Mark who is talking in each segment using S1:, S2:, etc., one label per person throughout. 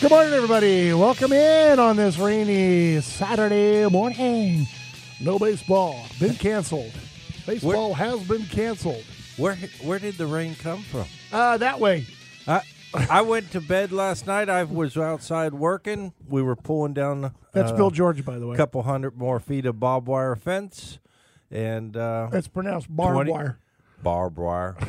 S1: Good morning, everybody. Welcome in on this rainy Saturday morning. No baseball. Been canceled. Baseball has been canceled.
S2: Where where did the rain come from?
S1: Uh, that way.
S2: I I went to bed last night. I was outside working. We were pulling down
S1: That's
S2: uh,
S1: Bill George, by the way.
S2: a couple hundred more feet of barbed wire fence and uh,
S1: It's pronounced barbed
S2: 20
S1: wire.
S2: barbed wire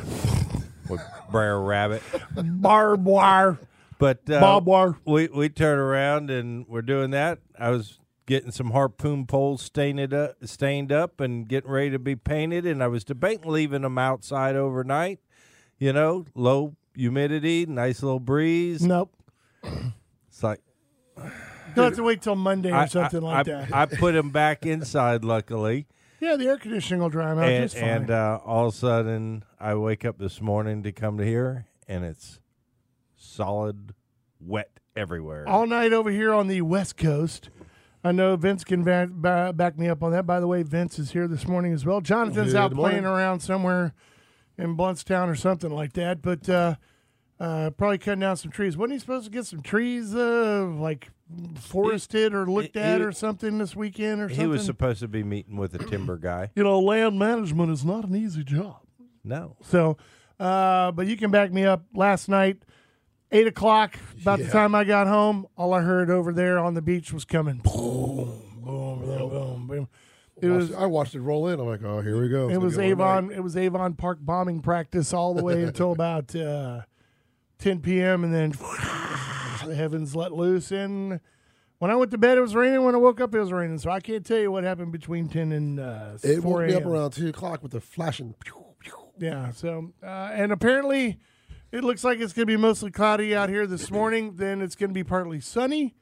S2: with Brer Rabbit.
S1: Barbed wire.
S2: But uh,
S1: Barbed wire.
S2: we we turn around and we're doing that. I was getting some harpoon poles stained up, stained up, and getting ready to be painted. And I was debating leaving them outside overnight. You know, low humidity, nice little breeze.
S1: Nope.
S2: It's like
S1: You'll have to wait till Monday or something like
S2: I-
S1: that.
S2: I put him back inside, luckily,
S1: yeah, the air conditioning will dry 'em out
S2: and,
S1: Oh, just fine.
S2: and uh, all of a sudden I wake up this morning to come to here, and it's solid wet everywhere.
S1: all night over here on the West Coast. I know Vince can va- ba- back me up on that. By the way, Vince is here this morning as well. Jonathan's out playing around somewhere in Bluntstown or something like that, but uh, uh, probably cutting down some trees. Wasn't he supposed to get some trees uh, like forested or looked
S2: he-
S1: at
S2: he-
S1: or something this weekend or something?
S2: he was supposed to be meeting with a timber guy.
S1: you know, land management is not an easy job.
S2: No,
S1: So, uh, but you can back me up. Last night, eight o'clock, about the time I got home, all I heard over there on the beach was coming boom, boom, boom, boom, boom. It was
S3: I watched it roll in. I'm like, oh, here we go. It's
S1: it
S3: gonna
S1: was
S3: be a long night.
S1: Avon it was Avon Park bombing practice all the way until about uh, 10 p.m. and then the heavens let loose and. When I went to bed, it was raining. When I woke up, it was raining. So I can't tell you what happened between ten and uh,
S3: It
S1: four
S3: woke me up
S1: a.m..
S3: around two o'clock with the flashing. Pew, pew.
S1: Yeah. So, uh, and apparently, it looks like it's going to be mostly cloudy out here this morning. Then it's going to be partly sunny.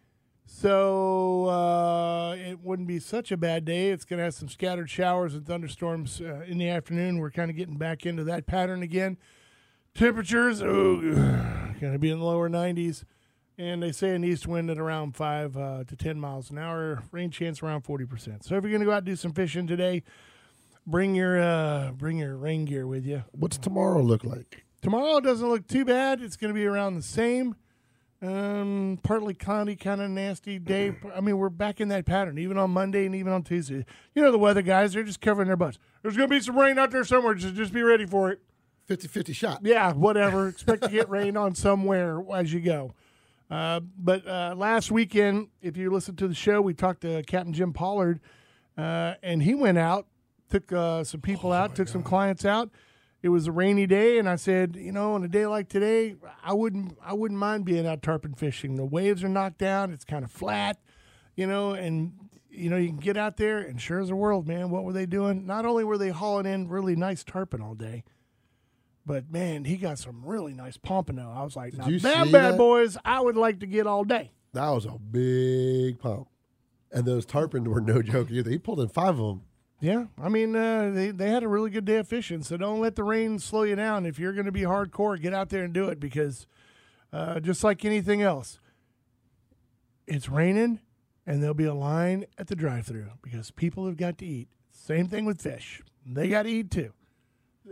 S1: So uh, it wouldn't be such a bad day. It's going to have some scattered showers and thunderstorms uh, in the afternoon. We're kind of getting back into that pattern again. Temperatures going to be in the lower 90s. And they say an east wind at around 5 uh, to 10 miles an hour, rain chance around 40%. So if you're going to go out and do some fishing today, bring your uh, bring your rain gear with you.
S3: What's tomorrow look like?
S1: Tomorrow doesn't look too bad. It's going to be around the same. Um, partly cloudy, kind of nasty day. I mean, we're back in that pattern, even on Monday and even on Tuesday. You know, the weather guys, they're just covering their butts. There's going to be some rain out there somewhere. Just, just be ready for it.
S3: 50-50 shot.
S1: Yeah, whatever. Expect to get rain on somewhere as you go. Uh, but uh, last weekend, if you listened to the show, we talked to Captain Jim Pollard, uh, and he went out, took uh, some
S3: Oh
S1: people out, took some clients out. It was a rainy day, and I said, you know, on a day like today, I wouldn't, I wouldn't mind being out tarpon fishing. The waves are knocked down; it's kind of flat, you know, and you know you can get out there. And sure as the world, man, what were they doing? Not only were they hauling in really nice tarpon all day, but man, he got some really nice pompano. I was like, now,
S3: you
S1: that
S3: see
S1: bad
S3: that?
S1: boys, I would like to get all day.
S3: That was a big pump. And those tarpon were no joke either. He pulled in five of them.
S1: Yeah, I mean, uh, they they had a really good day of fishing, so don't let the rain slow you down. If you're going to be hardcore, get out there and do it because, uh, just like anything else, it's raining, and there'll be a line at the drive-through because people have got to eat. Same thing with fish; they got to eat too,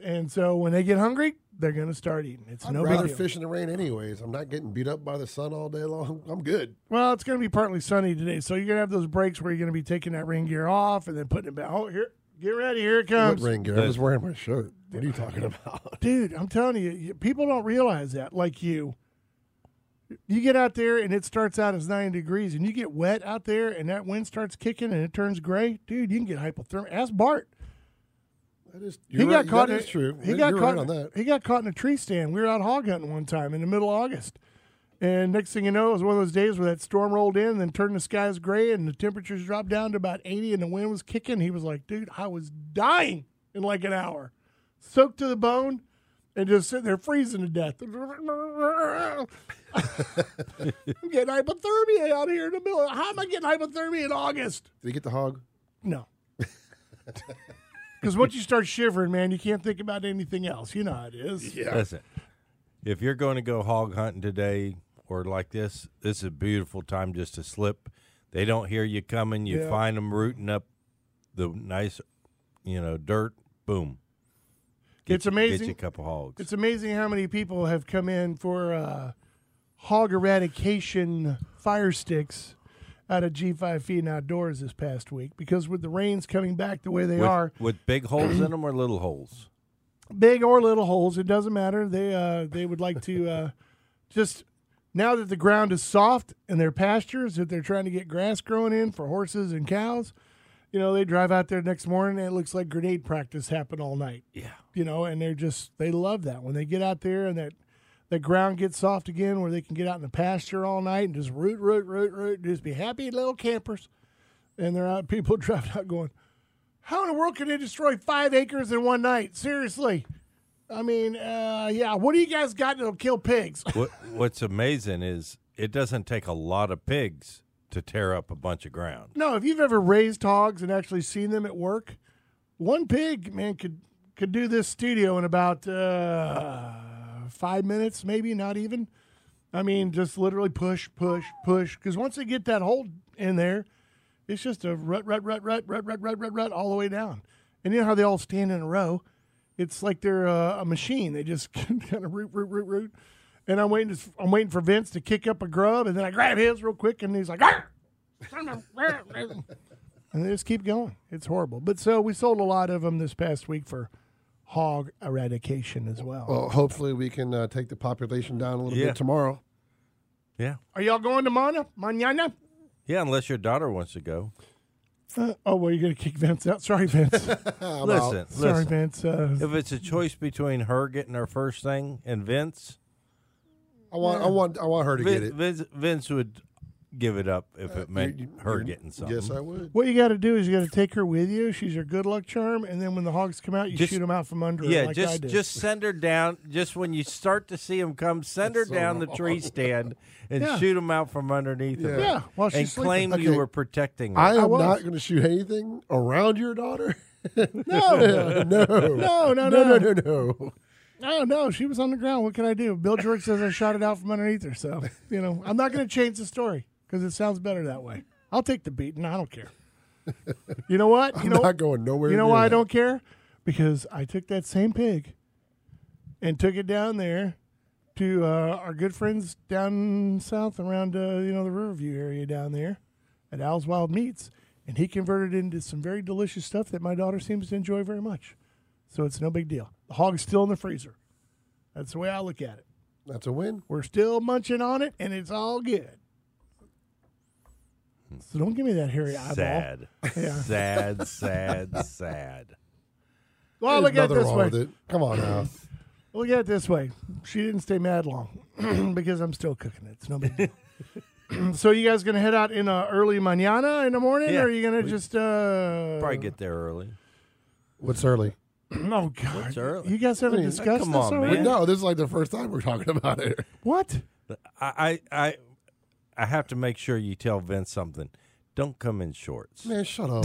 S1: and so when they get hungry, they're going to start eating. It's
S3: I'd
S1: no big
S3: rather
S1: deal.
S3: fish in the rain anyways. I'm not getting beat up by the sun all day long. I'm good.
S1: Well, it's going to be partly sunny today, so you're going to have those breaks where you're going to be taking that rain gear off and then putting it back. Oh, here, get ready, here it
S3: What
S1: comes,
S3: rain gear? I was wearing my shirt. What are you talking about?
S1: dude. I'm telling you, you, people don't realize that. Like you, you get out there and it starts out as nine degrees, and you get wet out there, and that wind starts kicking and it turns gray, dude. You can get hypothermia. Ask Bart.
S3: That is,
S1: He
S3: you're
S1: got
S3: right.
S1: caught.
S3: That
S1: in,
S3: is true.
S1: He
S3: You're
S1: got
S3: right
S1: caught
S3: on that.
S1: He got caught in a tree stand. We were out hog hunting one time in the middle of August, and next thing you know, it was one of those days where that storm rolled in, and then turned the skies gray, and the temperatures dropped down to about eighty, and the wind was kicking. He was like, "Dude, I was dying in like an hour." soaked to the bone, and just sit there freezing to death. I'm getting hypothermia out here in the middle. How am I getting hypothermia in August?
S3: Did he get the hog?
S1: No. Because once you start shivering, man, you can't think about anything else. You know how it is.
S2: Listen, if you're going to go hog hunting today or like this, this is a beautiful time just to slip. They don't hear you coming. You
S1: Yeah.
S2: find them rooting up the nice, you know, dirt. Boom.
S1: It's
S2: you- Get
S1: amazing.
S2: you a couple hogs.
S1: It's amazing how many people have come in for uh, hog eradication fire sticks out of G5 Feeding Outdoors this past week because with the rains coming back the way they
S2: with,
S1: are,
S2: with big holes in them or little holes.
S1: big or little holes, it doesn't matter. They uh, they would like to uh, just now that the ground is soft and their pastures that they're trying to get grass growing in for horses and cows, you know they drive out there next morning and it looks like grenade practice happened all night.
S2: Yeah.
S1: you know, and they're just they love that when they get out there and that the ground gets soft again, where they can get out in the pasture all night and just root, root, root, root, just be happy little campers. And they're out, people driving out going, "How in the world can they destroy five acres in one night? Seriously." I mean, uh, yeah. What do you guys got that'll kill pigs?
S2: What What's amazing is it doesn't take a lot of pigs to tear up a bunch of ground.
S1: no, if you've ever raised hogs and actually seen them at work, one pig man could could do this studio in about uh, five minutes, maybe not even. I mean, just literally push, push, push. Because once they get that hole in there, it's just a rut, rut, rut, rut, rut, rut, rut, rut, rut all the way down. And you know how they all stand in a row? It's like they're uh, a machine. They just kind of root, root, root, root. And I'm waiting. To, I'm waiting for Vince to kick up a grub, and then I grab his real quick, and he's like, "Arr!" and they just keep going. It's horrible. But so we sold a lot of them this past week for hog eradication as well.
S3: Well, hopefully we can uh, take the population down a little
S2: Yeah.
S3: bit tomorrow.
S2: Yeah.
S1: Are y'all going to Mana? Manana?
S2: Yeah, unless your daughter wants to go.
S1: Uh, oh, well, you're going to kick Vince out. Sorry, Vince.
S2: listen,
S1: Sorry,
S2: listen.
S1: Vince. Uh,
S2: If it's a choice between her getting her first thing and Vince,
S3: I want, I want, I want her to get
S2: Vin,
S3: it.
S2: Vince, Vince would give it up
S1: Uh,
S2: if it meant
S3: You- you-
S2: her
S3: you-
S2: getting something.
S3: Yes, I would.
S1: what you got to do is you got to take her with you. She's your good luck charm, and then when the hogs come out, you shoot 'em
S2: Just-
S1: shoot them out from under. her
S2: yeah,
S1: like I
S2: just
S1: did.
S2: just send her down. Just when you start to see him come, send her
S3: so
S2: down the
S3: wrong.
S2: tree stand and
S1: Yeah.
S2: shoot him out from underneath her.
S1: yeah. While she's
S2: and claim
S1: sleeping.
S2: you
S3: Okay.
S2: were protecting her.
S3: I am
S1: was.
S3: not going to shoot anything around your daughter.
S1: No,
S3: no,
S1: no, no,
S3: no,
S1: no,
S3: no, no.
S1: no, Oh, no. She was on the ground. What can I do? Bill George says I shot it out from underneath her. So you know, I'm not going to change the story because it sounds better that way. I'll take the beating. I don't care. You know what? You
S3: I'm
S1: know
S3: not going nowhere.
S1: You know
S3: near
S1: why I
S3: that.
S1: don't care? Because I took that same pig and took it down there to uh, our good friends down south around uh, you know the Riverview area down there at Al's Wild Meats, and he converted it into some very delicious stuff that my daughter seems to enjoy very much. So it's no big deal. The hog's still in the freezer. That's the way I look at it.
S3: That's a win.
S1: We're still munching on it, and it's all good. So don't give me that hairy eyeball.
S2: sad,
S1: Yeah.
S2: sad, sad, sad.
S1: Well, Oh,
S3: There's
S1: look at it
S3: nothing
S1: this
S3: wrong
S1: way.
S3: with it. Come on now.
S1: Look at it this way. She didn't stay mad long because I'm still cooking it. It's no big deal. so you guys gonna head out in uh, early mañana in the morning,
S2: Yeah,
S1: or are you gonna
S2: we-
S1: just uh?
S2: Probably get there early.
S3: What's early?
S1: Oh God!
S2: What's early?
S1: You guys haven't
S3: I mean,
S1: discussed
S2: come
S1: this
S2: on,
S1: already.
S2: man.
S3: No, this is like the first time we're talking about it.
S1: What?
S2: I, I, I, I have to make sure you tell Vince something. Don't come in shorts.
S3: Man, shut up.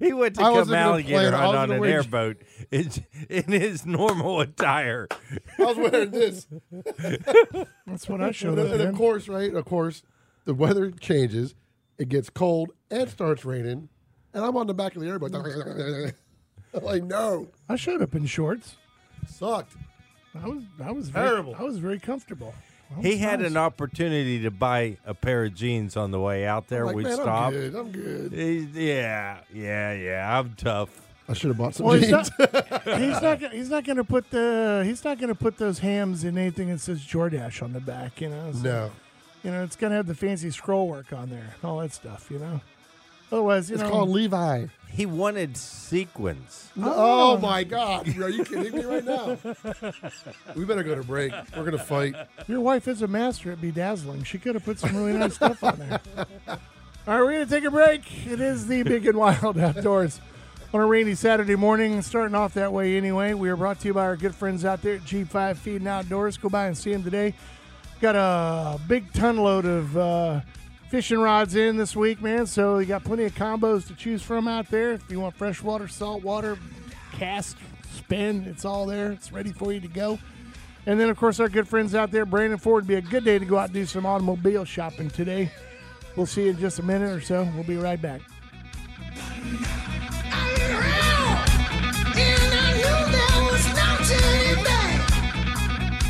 S2: He went to
S3: I wasn't
S2: come
S3: even playing.
S2: alligator
S3: I
S2: hunt
S3: was
S2: on
S3: gonna
S2: an
S3: wait.
S2: airboat in, in his normal attire.
S3: I was wearing this.
S1: That's what I showed
S3: And,
S1: up.
S3: and of
S1: in.
S3: course, right? Of course, the weather changes. It gets cold and starts raining. And I'm on the back of the airboat. I'm like, no,
S1: I showed up in shorts.
S3: sucked.
S1: I was I was very,
S3: Terrible.
S1: I was very comfortable. That
S2: He
S1: was
S2: had
S1: nice.
S2: an opportunity to buy a pair of jeans on the way out there.
S3: Like,
S2: we
S3: man, I'm
S2: stopped.
S3: good. I'm good.
S2: He- yeah, yeah, yeah. I'm tough.
S3: I should have bought some
S1: Well, he's
S3: jeans.
S1: not, he's not. gonna- He's not going to put the. He's not going to put those hams in anything that says Jordash on the back. You know. So-
S3: no,
S1: You know, it's gonna have the fancy scroll work on there, all that stuff. You know. Otherwise, you
S3: it's
S1: know.
S3: called Levi.
S2: He wanted sequins.
S3: Oh, my God. Are you kidding me right now? we better go to break. We're going to fight.
S1: your wife is a master at bedazzling. She could have put some really nice stuff on there. All right, we're gonna take a break. It is the big and wild outdoors on a rainy Saturday morning. Starting off that way anyway. We are brought to you by our good friends out there at G5 Feeding Outdoors. Go by and see them today. Got a big ton load of uh, fishing rods in this week, man. So you got plenty of combos to choose from out there. If you want freshwater, saltwater, cast, spin, it's all there. It's ready for you to go. And then, of course, our good friends out there, Brandon Ford, be a good day to go out and do some automobile shopping today. We'll see you in just a minute or so. We'll be right back.
S4: I looked around and I knew there was no turning back.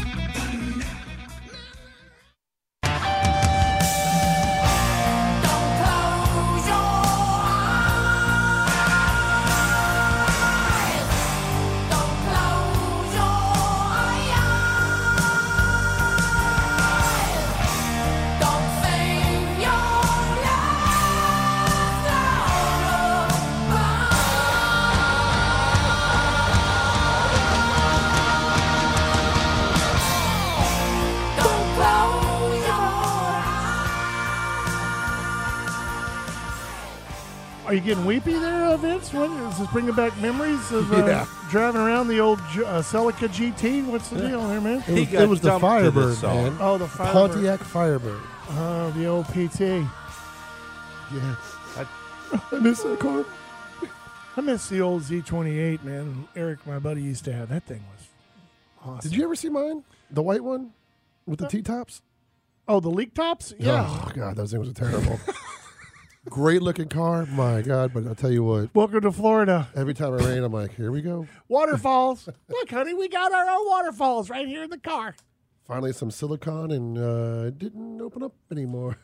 S4: Don't close your eyes. Don't close your eyes. Don't sing your last Don't close your
S1: Are you getting weepy there, uh, Vince? What, is this bringing back memories of uh,
S3: Yeah.
S1: driving around the old J- uh, Celica GT? What's the deal here, man?
S3: It
S2: He
S3: was,
S2: got
S3: it was the
S2: dumped to this
S3: Firebird,
S2: song.
S3: man.
S1: Oh, the Firebird.
S3: Pontiac Firebird.
S1: Oh, the old PT.
S3: Yes.
S2: I-
S3: I miss that car.
S1: I miss the old Z28, man. Eric, my buddy, used to have that thing. Was awesome.
S3: Did you ever see mine? The white one with the T tops?
S1: Oh, the leak tops? Yeah.
S3: Oh, God, those things were terrible. Great looking car. My God, but I'll tell you what,
S1: Welcome to Florida.
S3: every time I rain, I'm like, here we go.
S1: Waterfalls. Look, honey, we got our own waterfalls right here in the car.
S3: Finally, some silicone, and uh, it didn't open up anymore.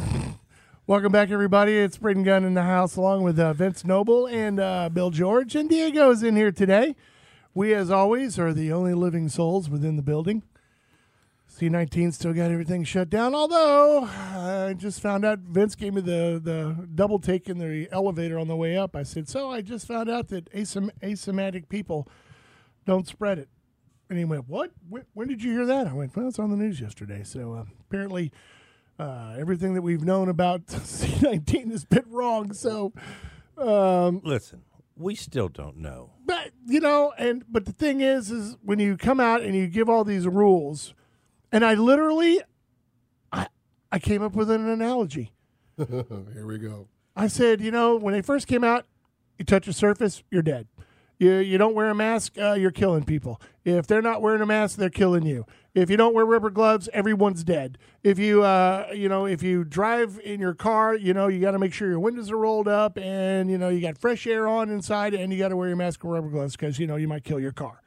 S1: Welcome back, everybody. It's Braden Gunn in the house, along with uh, Vince Noble and uh, Bill George. And Diego is in here today. We, as always, are the only living souls within the building. C19 still got everything shut down, although I just found out Vince gave me the, the double take in the elevator on the way up. I said, So I just found out that asym- asymptomatic people don't spread it. And he went, What? When, when did you hear that? I went, Well, it's on the news yesterday. So uh, apparently, uh, everything that we've known about C19 has been wrong. So, um,
S2: Listen, we still don't know.
S1: but you know, and but the thing is, is when you come out and you give all these rules, and I literally, I, I came up with an analogy.
S3: here we go.
S1: I said, you know, when they first came out, you touch a surface, you're dead. You, you don't wear a mask, uh, you're killing people. If they're not wearing a mask, they're killing you. If you don't wear rubber gloves, everyone's dead. If you uh, you know if you drive in your car, you know you got to make sure your windows are rolled up and you know you got fresh air on inside and you got to wear your mask and rubber gloves because you know you might kill your car.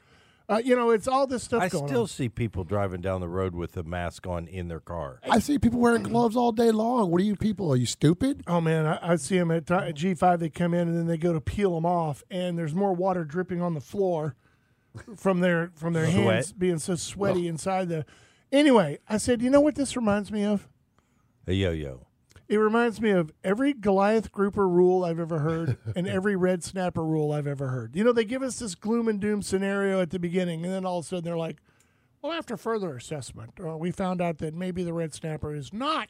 S1: Uh, you know it's all this stuff.
S2: I
S1: going
S2: still
S1: on.
S2: see people driving down the road with a mask on in their car.
S3: I see people wearing gloves all day long. What are you people? Are you stupid?
S1: Oh man, I, I see them at, at G five. They come in and then they go to peel them off, and there's more water dripping on the floor from their from their
S2: Sweat.
S1: hands being so sweaty inside the. Anyway, I said, you know what this reminds me of?
S2: A yo yo.
S1: It reminds me of every Goliath grouper rule I've ever heard and every red snapper rule I've ever heard. You know, they give us this gloom and doom scenario at the beginning, and then all of a sudden they're like, well, after further assessment, uh, we found out that maybe the red snapper is not,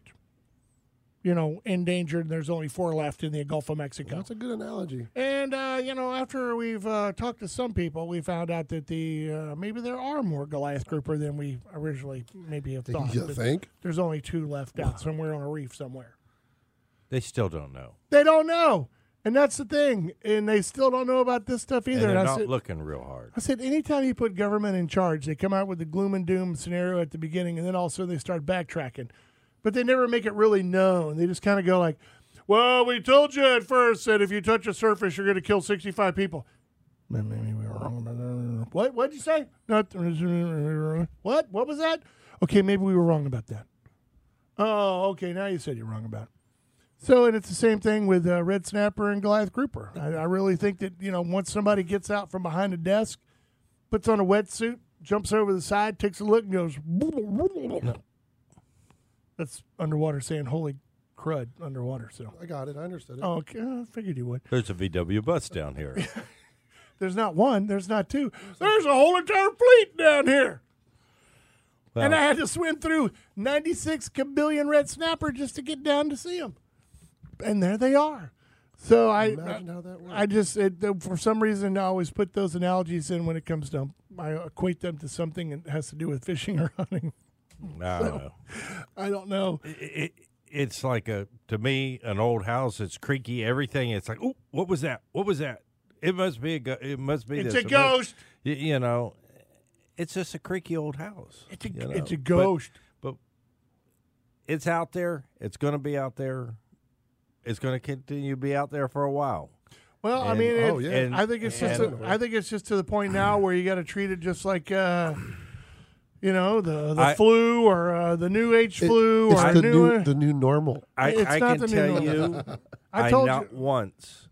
S1: you know, endangered. and There's only four left in the Gulf of Mexico.
S3: That's a good analogy.
S1: And uh, you know, after we've uh, talked to some people, we found out that the uh, maybe there are more Goliath grouper than we originally maybe have thought.
S3: You
S1: But
S3: think?
S1: There's only two left out somewhere on a reef somewhere.
S2: They still don't know.
S1: They don't know, and that's the thing. And they still don't know about this stuff
S2: And
S1: either.
S2: they're
S1: And I
S2: not
S1: said-
S2: looking real hard.
S1: I said, anytime you put government in charge, they come out with the gloom and doom scenario at the beginning, and then all of a sudden they start backtracking. But they never make it really known. They just kind of go like, well, we told you at first that if you touch a surface, you're going to kill 65 people. Maybe we were wrong about that. What? What'd you say? Not what? What was that? Okay, maybe we were wrong about that. Oh, okay. Now you said you're wrong about it. So, and it's the same thing with uh, Red Snapper and Goliath Grouper. I, I really think that, you know, once somebody gets out from behind a desk, puts on a wetsuit, jumps over the side, takes a look, and goes, that's underwater saying, holy crud, underwater. So,
S3: I got it. I understood it.
S1: oh, okay, I figured you would.
S2: There's a VW bus down here.
S1: There's not one, there's not two. There's a whole entire fleet down here.
S2: Well,
S1: And I had to swim through 96 kabillion red snapper just to get down to see them. And there they are. So I,
S3: Imagine how that works.
S1: I just it, for some reason I always put those analogies in when it comes to I equate them to something that has to do with fishing or hunting.
S2: I don't know.
S1: I don't know.
S2: It, it, it's like a to me an old house. It's creaky. Everything. It's like, oh, what was that? What was that? It must be a. Go- it must be.
S1: It's
S2: this.
S1: a
S2: It must-
S1: ghost.
S2: y- you know, it's just a creaky old house.
S1: It's a
S2: you know.
S1: it's a
S2: But-
S1: ghost.
S2: but it's out there. It's going to be out there. It's going to continue to be out there for a while.
S1: well, I
S2: and-
S1: mean, it,
S3: oh, yeah.
S1: I think it's just
S2: and-
S1: a, I think it's just to the point now where you got to treat it just like. Uh, you know the the
S2: I-
S1: flu or uh, the new age
S3: It-
S1: flu
S3: it's
S1: or
S3: the
S1: new,
S3: new, the new normal.
S2: I,
S1: It's
S2: I
S1: not
S2: can
S1: the new
S2: tell
S1: normal.
S2: you,
S1: I
S2: I,
S1: told
S2: not
S1: you.
S2: once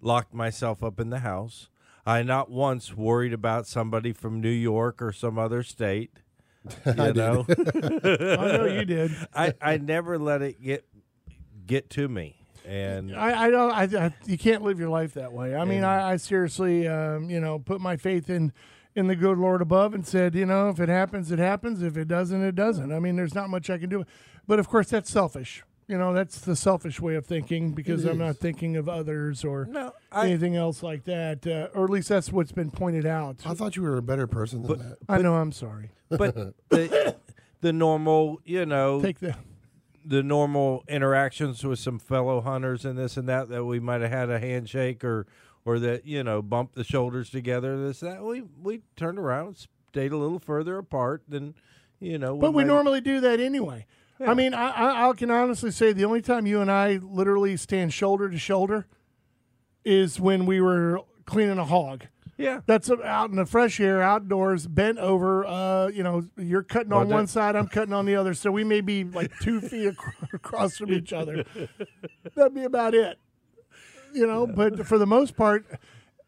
S2: locked myself up in the house. I not once worried about somebody from New York or some other state. You know,
S1: I know you did.
S2: I, I never let it get get to me. And
S1: I, I don't. I, I you can't live your life that way. I mean, I, I seriously, um, you know, put my faith in in the good Lord above and said, you know, if it happens, it happens. If it doesn't, it doesn't. I mean, there's not much I can do. But of course, that's selfish. You know, that's the selfish way of thinking because I'm not thinking of others or
S2: No, I-
S1: anything else like that. Uh, or at least that's what's been pointed out.
S3: I thought you were a better person than that.
S1: I know. I'm sorry.
S2: but the the normal, you know,
S1: Take the.
S2: the normal interactions with some fellow hunters and this and that that we might have had a handshake or or that you know bumped the shoulders together this that we we turned around stayed a little further apart than you know
S1: But we
S2: might-
S1: normally do that anyway. I mean, I, I, I can honestly say the only time you and I literally stand shoulder to shoulder is when we were cleaning a hog.
S2: yeah
S1: That's out in the fresh air, outdoors, bent over. Uh, you know, you're cutting on
S2: Well, that-
S1: one side, I'm cutting on the other. So we may be like two feet ac- across from each other. That'd be about it. You know, but for the most part,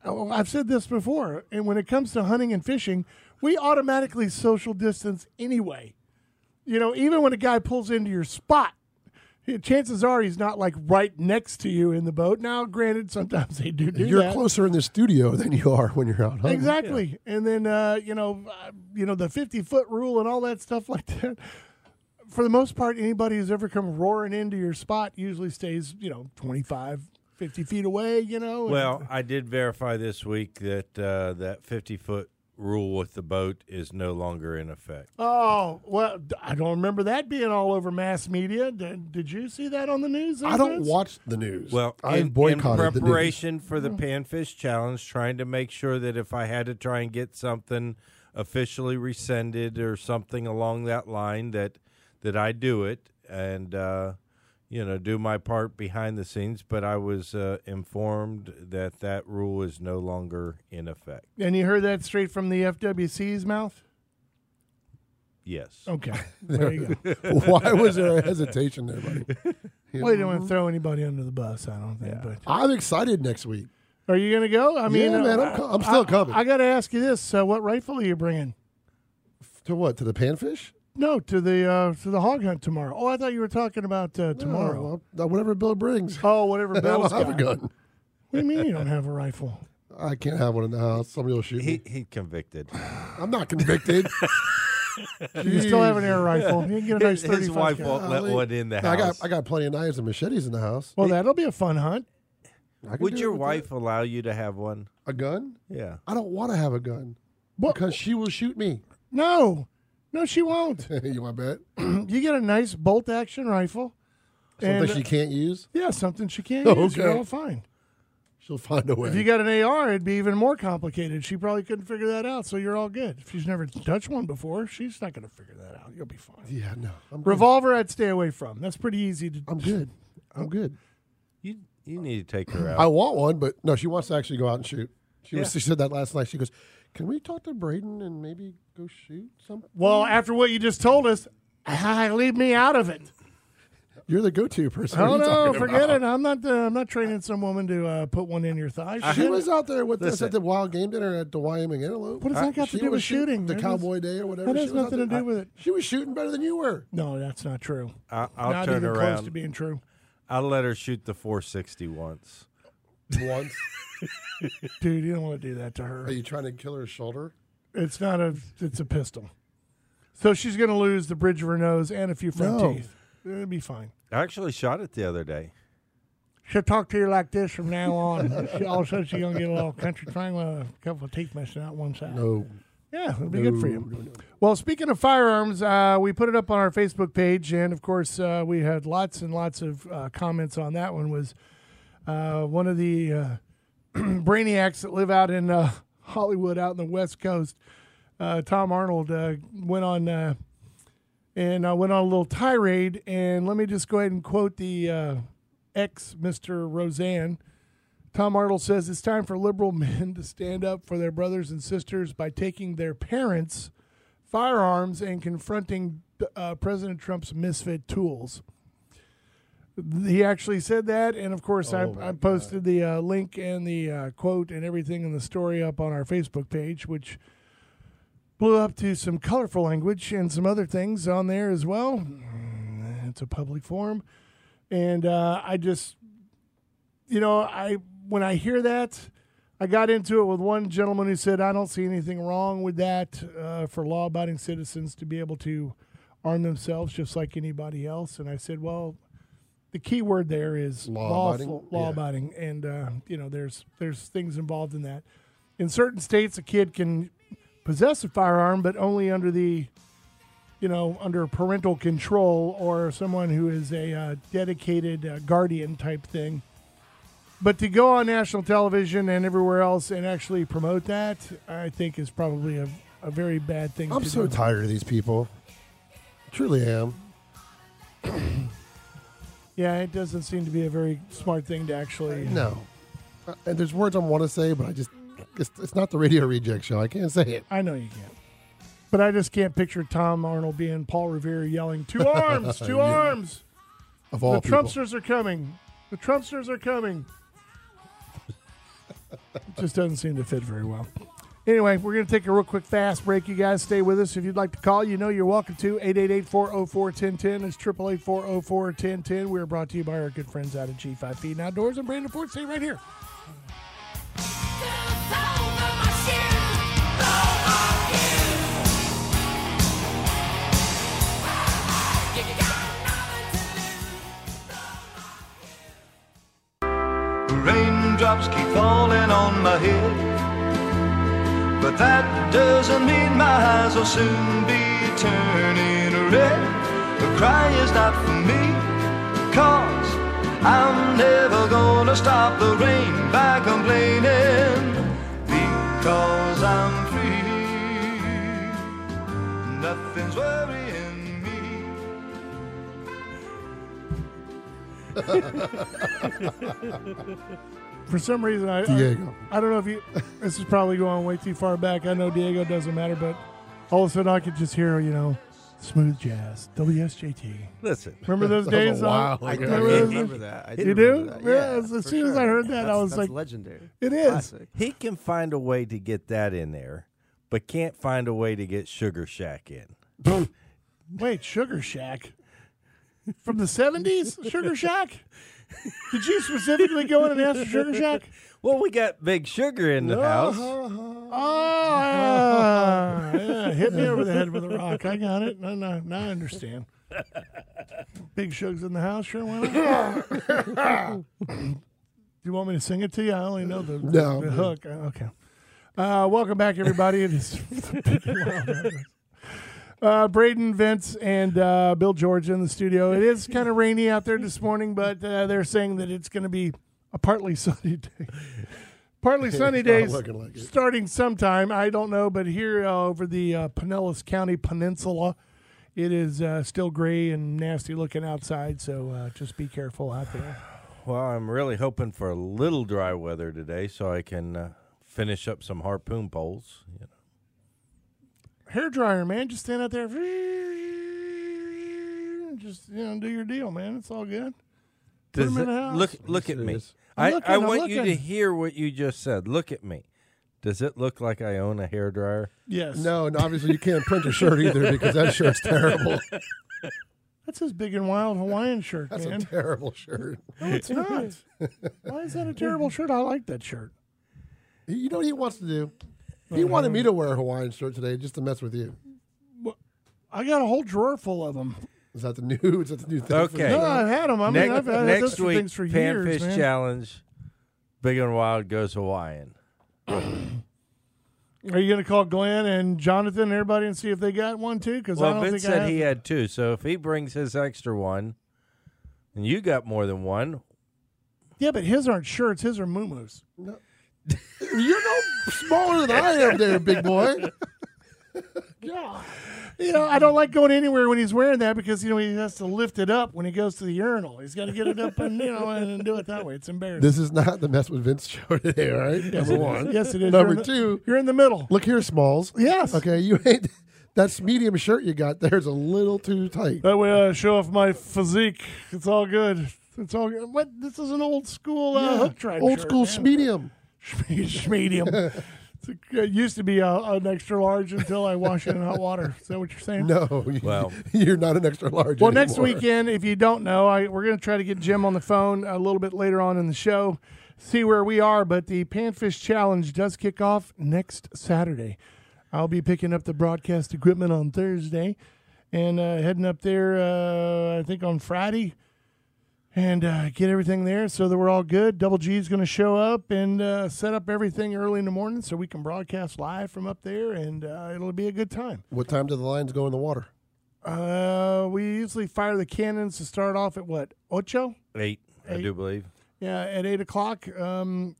S1: oh, I've said this before. And when it comes to hunting and fishing, we automatically social distance anyway. You know, even when a guy pulls into your spot, he- chances are he's not like right next to you in the boat. Now, granted, sometimes they do do
S3: You're
S1: that.
S3: closer in the studio than you are when you're out hunting.
S1: Exactly, and then uh, you know, uh, you know the fifty foot rule and all that stuff like that. For the most part, anybody who's ever come roaring into your spot usually stays, you know, 25, 50 feet away. You know, and-
S2: well i did verify this week that uh that 50 foot rule with the boat is no longer in effect
S1: oh well, d- I don't remember that being all over mass media. D- did you see that on the news?
S3: I don't
S1: Vince?
S3: watch the news.
S2: well
S3: I
S2: in,
S3: boycotted
S2: in
S3: the news.
S2: preparation for the panfish challenge trying to make sure that if i had to try and get something officially rescinded or something along that line that that i do it and uh you know do my part behind the scenes but i was uh, informed that that rule is no longer in effect
S1: And you heard that straight from the FWC's mouth.
S2: yes
S3: Oh,
S1: Okay, there you go.
S3: Why was there a hesitation there, buddy?
S1: Well, you don't want to throw anybody under the bus, I don't think. But
S3: I'm excited next week.
S1: are you going to go? I mean,
S3: yeah,
S1: uh,
S3: man, I'm, co- I'm still coming.
S1: I got to ask you this: uh, What rifle are you bringing?
S3: to what? To the panfish?
S1: No, to the uh, to the hog hunt tomorrow. Oh, I thought you were talking about uh,
S3: Oh,
S1: tomorrow.
S3: well, no, whatever Bill brings.
S1: Oh, whatever.
S3: I
S1: Bill's
S3: don't have a
S1: got.
S3: gun.
S1: What do you mean you don't have a rifle?
S3: I can't have one in the house. Somebody will shoot
S2: he
S3: me.
S2: he convicted
S3: I'm not convicted.
S1: You still have an air rifle. You can get a nice
S2: his, his
S1: thirty-five.
S2: wife
S1: cal-
S2: won't let
S3: Golly.
S2: one in the
S3: I got
S2: house
S3: I got plenty of knives and machetes in the house.
S1: Well, that'll be a fun hunt.
S3: I can
S2: would
S3: do it
S2: your
S3: with
S2: wife allow you to have one
S3: that. a gun?
S2: yeah
S3: I don't want to have a gun
S1: What?
S3: because she will shoot me.
S1: No, no, she won't.
S3: you want to bet?
S1: you get a nice bolt-action rifle.
S3: Something
S1: and, uh,
S3: she can't use.
S1: yeah, something she can't
S3: Oh,
S1: use. You're
S3: okay.
S1: all fine.
S3: She'll find a way.
S1: If you got an AR, it'd be even more complicated. She probably couldn't figure that out. So you're all good. If she's never touched one before, she's not going to figure that out. You'll be fine.
S3: yeah, no, I'm good.
S1: Revolver, I'd stay away from. That's pretty easy to.
S3: I'm good. I'm good.
S2: you you need to take her out
S3: I want one, but no, she wants to actually go out and shoot. She was, she said that last night. She goes, "Can we talk to Braden and maybe go shoot some?"
S1: Well, after what you just told us, ah, leave me out of it.
S3: You're the go-to person.
S1: Oh
S3: What are you
S1: no,
S3: talking
S1: forget
S3: about?
S1: it. I'm not. Uh, I'm not training some woman to uh, put one in your thigh.
S3: She
S1: Shit.
S3: was out there with us
S2: Listen.
S3: at the wild game dinner at the Wyoming Antelope.
S1: What does that got to
S3: She
S1: do
S3: was
S1: with shooting?
S3: The
S1: That has-
S3: Cowboy Day or whatever.
S1: that
S3: She
S1: has
S3: was out
S1: nothing to
S3: there-
S1: do with it.
S3: She was shooting better than you were.
S1: No, that's not true.
S2: I, I'll
S1: not
S2: turn
S1: even
S2: around.
S1: close to being true,
S2: I'll let her shoot the 460 once.
S3: Once.
S1: dude. You don't want to do that to her.
S3: Are you trying to kill her shoulder?
S1: It's not a. It's a pistol. So she's going to lose the bridge of her nose and a few front
S3: No.
S1: teeth. It'll be fine.
S2: I actually shot it the other day.
S1: she'll talk to you like this from now on. she, all of a sudden, she's gonna get a little country triangle, and a couple of teeth missing out one side.
S3: No.
S1: Yeah, it'll be good for you. Well, speaking of firearms, uh, we put it up on our Facebook page, and of course, uh, we had lots and lots of uh, comments on that one. Was uh, one of the uh, brainiacs that live out in uh, Hollywood, out in the West Coast. Uh, Tom Arnold uh, went on uh, and uh, went on a little tirade, and let me just go ahead and quote the uh, ex Mister Roseanne. Tom Arnold says it's time for liberal men to stand up for their brothers and sisters by taking their parents' firearms and confronting uh, President Trump's misfit tools. He actually said that, and of course, I, I posted the uh, link and the uh, quote and everything in the story up on our Facebook page, which blew up to some colorful language and some other things on there as well. It's a public forum, and uh, I just you know, I when I hear that, I got into it with one gentleman who said, "I don't see anything wrong with that uh, for law-abiding citizens to be able to arm themselves just like anybody else." And I said, "Well, the key word there is
S3: Law-abiding?
S1: lawful-
S3: Yeah.
S1: law-abiding, and uh, you know, there's there's things involved in that. In certain states, a kid can possess a firearm, but only under the you know, under parental control or someone who is a uh, dedicated uh, guardian type thing. But to go on national television and everywhere else and actually promote that, I think is probably a, a very bad thing.
S3: I'm
S1: to
S3: so
S1: do.
S3: tired of these people. Truly am.
S1: Yeah, it doesn't seem to be a very smart thing to actually.
S3: No. Uh, and there's words I want to say, but I just, it's, it's not the radio reject show. I can't say it.
S1: I know you can't. But I just can't picture Tom Arnold being Paul Revere yelling, Two arms! Two
S3: Yeah.
S1: arms!
S3: Of
S1: The
S3: all people.
S1: Trumpsters are coming! The Trumpsters are coming! It just doesn't seem to fit very well. Anyway, we're going to take a real quick fast break. You guys stay with us. If you'd like to call, you know you're welcome to. 888-404-1010. It's 888-404-1010. We're brought to you by our good friends out of G5 Feed and Outdoors and Brandon Ford. Stay right here.
S5: Raindrops keep falling on my head. But that doesn't mean my eyes will soon be turning red. The cry is not for me, cause I'm never gonna stop the rain by complaining. Because I'm free, nothing's worrying me.
S1: For some reason, I, I-
S3: Diego.
S1: I, don't know if you. This is probably going way too far back. I know Diego doesn't matter, but all of a sudden I could just hear, you know, smooth jazz, WSJT.
S2: Listen,
S1: Remember those
S3: That was
S1: days?
S3: a while
S1: I,
S3: ago.
S6: I
S1: remember those-
S6: remember that. I
S1: You
S6: remember
S1: do?
S6: that. Yeah,
S1: Yeah, as- as
S6: for
S1: soon as I
S6: sure.
S1: heard that, I
S6: That's-
S1: was
S6: that's
S1: like-
S6: legendary.
S1: it is.
S6: Classic.
S2: he can find a way to get that in there, but can't find a way to get Sugar Shack in.
S1: Wait, Sugar Shack from the seventies? Sugar Shack? Did you specifically go in and ask for Sugar Shack?
S2: Well, we got Big Sugar in the
S1: Uh-huh.
S2: house.
S1: Oh, yeah, yeah, hit me over the head with a rock. I got it. No, no, now I understand. Big Shug's in the house. Sure, why not? Do you want me to sing it to you? I only know the,
S3: No.
S1: the hook. Uh, Okay. Uh, welcome back, everybody. It is uh, Braden, Vince, and uh, Bill George in the studio. It is kind of rainy out there this morning, but uh, they're saying that it's going to be a partly sunny day. Partly sunny
S3: not
S1: days
S3: looking like it.
S1: starting sometime. I don't know, but here uh, over the uh, Pinellas County Peninsula, it is uh, still gray and nasty looking outside. So uh, just be careful out there.
S2: Well, I'm really hoping for a little dry weather today so I can uh, finish up some harpoon poles. You know.
S1: Hair dryer, man. Just stand out there. Just you know, do your deal, man. It's all good. Put 'em
S2: Does
S1: in the
S2: it-
S1: house.
S2: Look, look at me.
S3: serious?
S2: I,
S1: looking,
S2: I
S1: I'm
S2: want you to
S1: looking.
S2: hear what you just said. Look at me. Does it look like I own a hair dryer?
S1: Yes.
S3: No, and obviously you can't print a shirt either because that shirt's terrible.
S1: That's his big and wild Hawaiian shirt,
S3: That's a
S1: man.
S3: terrible shirt.
S1: no, it's not. Why is that a terrible shirt? I like that shirt.
S3: You know what he wants to do? He wanted me to wear a Hawaiian shirt today just to mess with you.
S1: I got a whole drawer full of them.
S3: Is that the new? Is that the new thing? for
S2: Okay.
S3: the-
S1: No, I've had them. I mean,
S2: next
S1: I've had
S2: next
S1: those
S2: week,
S1: things for years,
S2: Panfish
S1: man.
S2: Challenge. Big and Wild goes Hawaiian.
S1: Are you going to call Glenn and Jonathan and everybody and see if they got one too? Because I
S2: Well,
S1: don't
S2: Vince
S1: think I
S2: said
S1: have.
S2: he had two, so if he brings his extra one, and you got more than one,
S1: Yeah, but his aren't shirts. His are muumuus.
S3: You're no smaller than I am, there, big boy.
S1: You know, I don't like going anywhere when he's wearing that because you know he has to lift it up when he goes to the urinal. He's got to get it up and you know and, do it that way. It's embarrassing.
S3: This is not the mess with Vince show today, all right? Number one.
S1: yes, it is. You're
S3: Number
S1: in the-
S3: two.
S1: you're in the middle.
S3: Look here, Smalls.
S1: Yes.
S3: Okay, you ain't. That's medium shirt you got there's a little too tight.
S1: That way I show off my physique. It's all good. It's all good. What? This is an old school uh, hook tribe.
S3: Old
S1: shirt,
S3: school
S1: man.
S3: medium.
S1: Schme- medium. It's a- It used to be a, an extra large until I wash it in hot water. Is that what you're saying?
S3: No, you-
S2: Well.
S3: you're not an extra large.
S1: Well, next
S3: anymore.
S1: weekend, if you don't know, I, we're going to try to get Jim on the phone a little bit later on in the show, see where we are. But the Panfish Challenge does kick off next Saturday. I'll be picking up the broadcast equipment on Thursday and uh, heading up there, uh, I think, on Friday and uh, get everything there so that we're all good. Double G is going to show up and uh, set up everything early in the morning so we can broadcast live from up there, and uh, it'll be a good time.
S3: What time do the lions go in the water?
S1: Uh, we usually fire the cannons to start off at what ocho?
S2: eight, I do believe.
S1: Yeah, at eight o'clock. Um,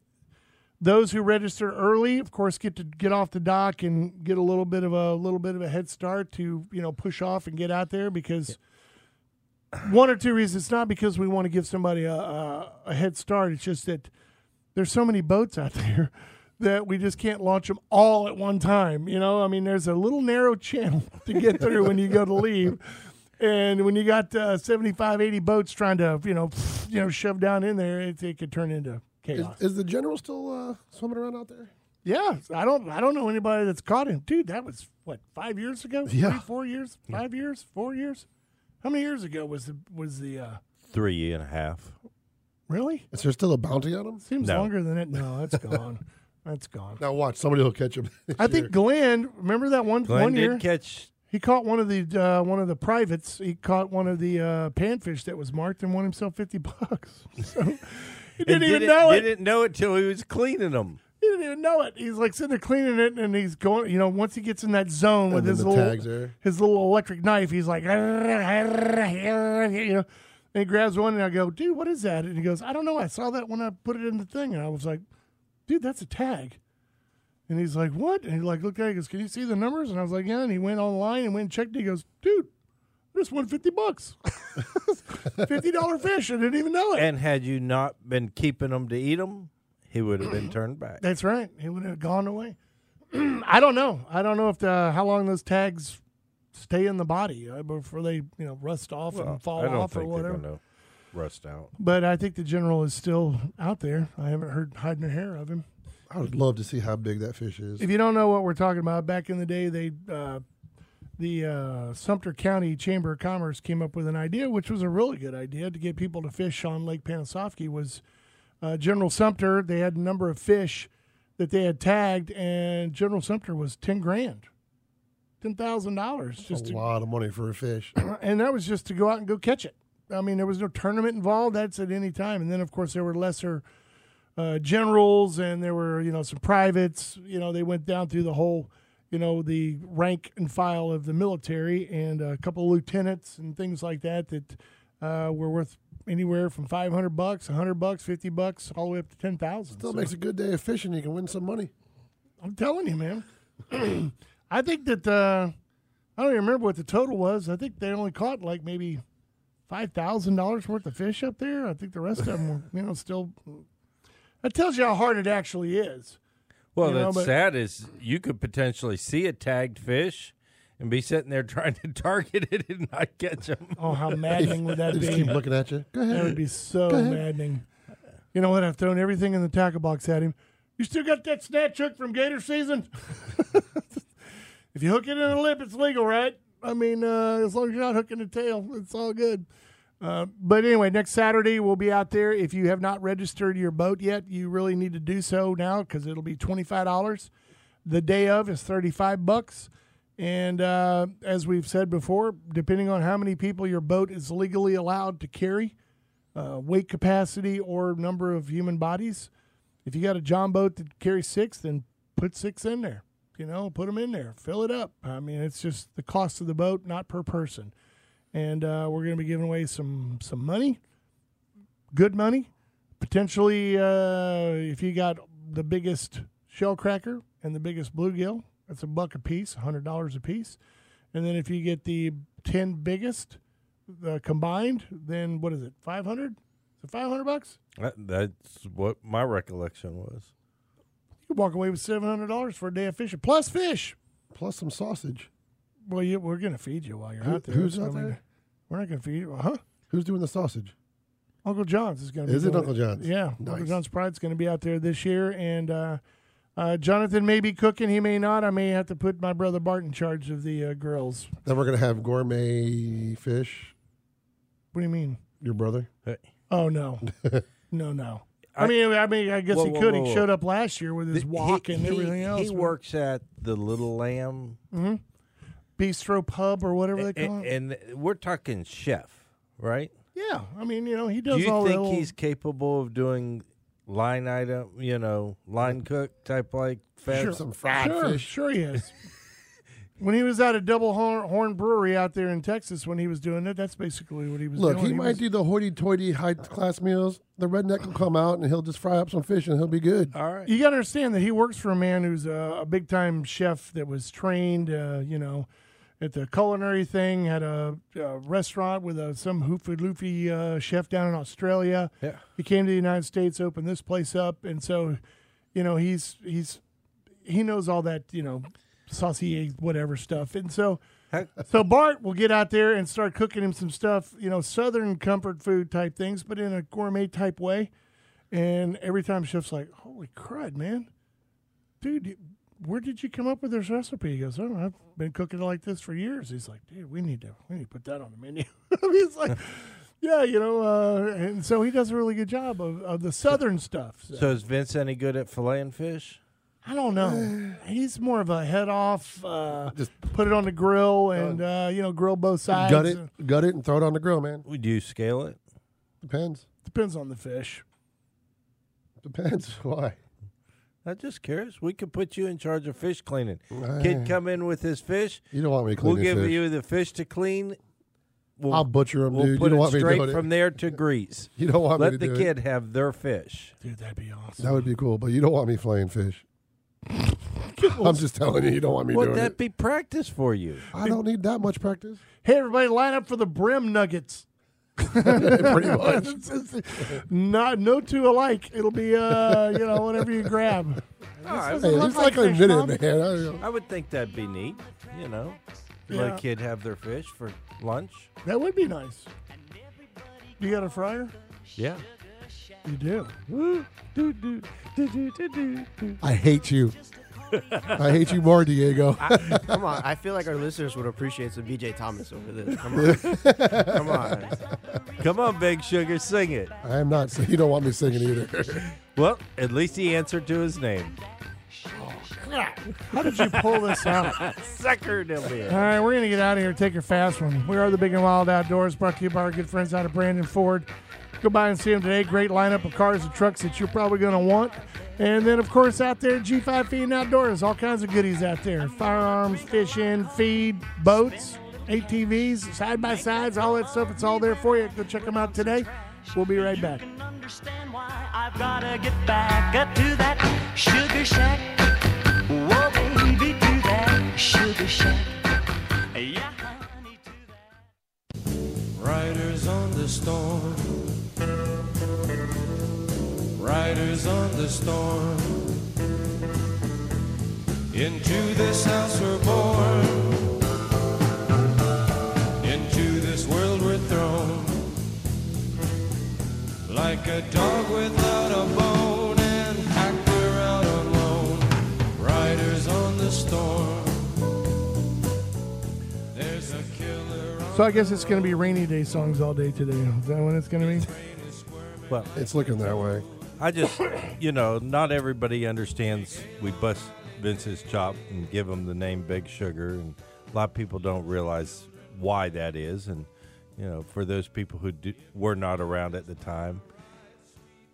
S1: those who register early, of course, get to get off the dock and get a little bit of a little bit of a head start to you know push off and get out there because one or two reasons. It's not because we want to give somebody a, a, a head start. It's just that there's so many boats out there that we just can't launch them all at one time. You know, I mean, there's a little narrow channel to get through when you go to leave. And when you got uh, 75, 80 boats trying to, you know, you know, shove down in there, it, it could turn into
S3: Is,
S1: chaos.
S3: is the general still uh, swimming around out there?
S1: yeah, I don't, I don't know anybody that's caught him, dude. That was what five years ago?
S3: Yeah.
S1: Three, four years, five years, four years. How many years ago was the was the? Uh,
S2: Three and a half.
S1: really?
S3: Is there still a bounty on him?
S1: Seems
S2: No.
S1: longer than it. No, that's gone. that's gone.
S3: Now watch, somebody will catch him.
S1: I think Glenn. Remember that one
S2: Glenn
S1: one
S2: did
S1: year?
S2: catch.
S1: He caught one of the uh, one of the privates. He caught one of the uh, panfish that was marked and won himself fifty bucks. So he didn't
S2: and
S1: even know it.
S2: Didn't know it till he was cleaning them.
S1: He didn't even know it. He's like sitting there cleaning it, and he's going. You know, once he gets in that zone with
S3: then
S1: his
S3: the
S1: little
S3: tags there.
S1: his little electric knife, he's like, you know, and he grabs one, and I go, dude, what is that? And he goes, I don't know. I saw that when I put it in the thing, and I was like, dude, that's a tag. And he's like, what? And he like looked at it, he goes, can you see the numbers? And I was like, yeah. And he went online and went and checked. And he goes, dude, I just won fifty bucks, fifty dollar fish. I didn't even know it.
S2: And had you not been keeping them to eat them, he would have been turned back.
S1: That's right. He would have gone away. I don't know. I don't know if the how long those tags stay in the body uh, before they you know rust off
S2: Well,
S1: and fall
S2: I don't
S1: off
S2: think
S1: or
S2: they're
S1: whatever.
S2: gonna rust out.
S1: But I think the general is still out there. I haven't heard hiding a hair of him.
S3: I would love to see how big that fish is.
S1: If you don't know what we're talking about, back in the day, they uh, the uh, Sumter County Chamber of Commerce came up with an idea, which was a really good idea to get people to fish on Lake Panasoffkee. Was uh, General Sumter? They had a number of fish that they had tagged, and General Sumter was ten grand, ten thousand dollars just
S3: a
S1: to
S3: lot of money for a fish.
S1: Uh-huh. and that was just to go out and go catch it. I mean, there was no tournament involved. That's at any time. And then, of course, there were lesser uh, generals, and there were you know some privates. You know, they went down through the whole, you know, the rank and file of the military, and a couple of lieutenants and things like that that uh, were worth anywhere from five hundred bucks, hundred bucks, fifty bucks, all the way up to ten thousand.
S3: Still makes a good day of fishing. You can win some money.
S1: I'm telling you, man. I think that uh, I don't even remember what the total was. I think they only caught like maybe five thousand dollars worth of fish up there. I think the rest of them were, you know, still. That tells you how hard it actually is.
S2: Well,
S1: You know,
S2: that's
S1: but-
S2: sad is you could potentially see a tagged fish and be sitting there trying to target it and not catch him.
S1: Oh, how maddening would that
S3: They just keep
S1: be?
S3: looking at you. Go
S1: That
S3: ahead.
S1: would be so maddening. You know what? I've thrown everything in the tackle box at him. You still got that snatch hook from Gator season? if you hook it in the lip, it's legal, right? I mean, uh, as long as you're not hooking the tail, it's all good. Uh, but anyway, next Saturday we'll be out there. If you have not registered your boat yet, you really need to do so now because it'll be twenty five dollars. The day of is thirty five bucks, And uh, as we've said before, depending on how many people your boat is legally allowed to carry, uh, weight capacity, or number of human bodies, if you got a John boat that carries six, then put six in there. You know, put them in there, fill it up. I mean, it's just the cost of the boat, not per person. And uh, we're going to be giving away some some money, good money. Potentially, uh, if you got the biggest shell cracker and the biggest bluegill, that's a buck a piece, hundred dollars a piece. And then if you get the ten biggest uh, combined, then what is it? Five hundred? Is it five hundred bucks?
S2: That, that's what my recollection was.
S1: You walk away with seven hundred dollars for a day of fishing plus fish.
S3: Plus some sausage.
S1: Well, you, we're gonna feed you while you're
S3: Who-
S1: out there.
S3: who's
S1: So, I
S3: out
S1: mean,
S3: there?
S1: We're not gonna feed you, huh?
S3: Who's doing the sausage?
S1: Uncle John's is gonna. Be
S3: Is it
S1: doing
S3: Uncle John's?
S1: Yeah, Uncle
S3: Nice.
S1: John's Pride's gonna be out there this year, and uh, uh, Jonathan may be cooking. He may not. I may have to put my brother Bart in charge of the uh, grills.
S3: Then we're gonna have gourmet fish.
S1: What do you mean?
S3: Your brother.
S1: Oh no, no, no. I,
S2: I-
S1: mean, I mean, I guess
S2: Whoa,
S1: he
S2: whoa,
S1: could.
S2: whoa,
S1: He
S2: whoa.
S1: showed up last year with his walk and everything else.
S2: He works at the Little Lamb,
S1: bistro pub or whatever they call
S2: and,
S1: it.
S2: and we're talking chef, right?
S1: Yeah, I mean, you know, he
S2: Do
S1: does all
S2: you
S1: the
S2: think
S1: little-
S2: he's capable of doing line item, you know, line cook type like fast?
S1: Sure.
S3: Some fried
S1: sure,
S3: fish.
S1: Sure, he is. when he was at a Double Horn, Horn Brewery out there in Texas, when he was doing it, that's basically what he was
S3: Look,
S1: doing.
S3: he might
S1: was-
S3: do the hoity-toity high-class meals. The redneck will come out and he'll just fry up some fish and he'll be good.
S2: All right.
S1: You got to understand that he works for a man who's a, a big time chef that was trained, uh, you know, at the culinary thing, had a, a restaurant with a, some hoofy loofy uh, chef down in Australia.
S2: Yeah.
S1: He came to the United States, opened this place up, and so, you know, he's he's he knows all that, you know, saucy egg, whatever stuff, and so. So Bart will get out there and start cooking him some stuff, you know, southern comfort food type things, but in a gourmet type way. And every time Chef's like, "Holy crud, man, dude, you- where did you come up with this recipe?" He goes, "Oh, I've been cooking it like this for years." He's like, "Dude, we need to we need to put that on the menu." I mean, it's like, yeah, you know, uh, and so he does a really good job of, of the southern stuff. So.
S2: So is Vince any good at filleting fish?
S1: I don't know. He's more of a head off, uh,
S3: Just-
S1: put it on the grill and uh, you know grill both sides. Uh,
S3: Gut it, gut it, and throw it on the grill, man.
S2: Would you scale it?
S3: Depends.
S1: Depends on the fish.
S3: Depends. Why?
S2: I'm just curious. We could put you in charge of fish cleaning. Kid, come in with his fish.
S3: You don't want me to clean
S2: We'll
S3: your
S2: give
S3: fish.
S2: you the fish to clean. We'll,
S3: I'll butcher them,
S2: we'll
S3: dude.
S2: put
S3: You don't
S2: it
S3: want me to
S2: straight
S3: do it.
S2: from there to Greece.
S3: You don't want
S2: Let
S3: me to
S2: the
S3: do
S2: kid have their fish.
S1: Dude, that'd be awesome.
S3: It. That would be cool, but you don't want me flaying fish. I'm just telling you, you don't want me
S2: Would
S3: doing
S2: that
S3: it.
S2: be practice for you?
S3: I don't need that much practice.
S1: Hey, everybody, line up for the brim nuggets.
S3: Pretty much.
S1: Not no two alike. It'll be uh, you know whatever you grab.
S3: Hey,
S1: Look
S3: at least I
S1: like
S3: can
S1: fish,
S3: admit
S1: Mom.
S3: it, man. I don't know.
S2: I would think that'd be neat, you know. Let
S1: Yeah.
S2: a kid have their fish for lunch.
S1: That would be nice. You got a fryer?
S2: Yeah.
S1: You do.
S3: I hate you. I hate you more, Diego.
S6: Come on, I feel like our listeners would appreciate some VJ Thomas over this. Come on, come on.
S2: Come on, Big Sugar, sing it.
S3: I am not. You don't want me singing either.
S2: Well, at least he answered to his name.
S1: How did you pull this out?
S2: Sucker
S1: All
S2: Dillian.
S1: right, we're going to get out of here. Take a fast one. We are the Big and Wild Outdoors, brought to you by our good friends out of Brandon Ford. Go by and see them today. Great lineup of cars and trucks that you're probably going to want. And then, of course, out there, G5 Feeding Outdoors, all kinds of goodies out there firearms, fishing, feed, boats, ATVs, side by sides, all that stuff. It's all there for you. Go check them out today. We'll be right back.
S7: can understand why I've gotta get back up to that sugar shack. Whoa, baby, to that sugar shack. Yeah, honey, to that.
S8: Riders on the storm. Riders on the storm. Into this house we're born. Into this world we're thrown. Like a dog without a bone and hacked we're out alone. Riders on the storm. There's a killer on
S1: So, I guess it's going to be rainy day songs all day today. Is that what it's going to be?
S2: Well,
S3: It's looking that way.
S2: I just, you know, not everybody understands we bust Vince's chop and give him the name Big Sugar and A lot of people don't realize why that is, and you know, for those people who do, were not around at the time,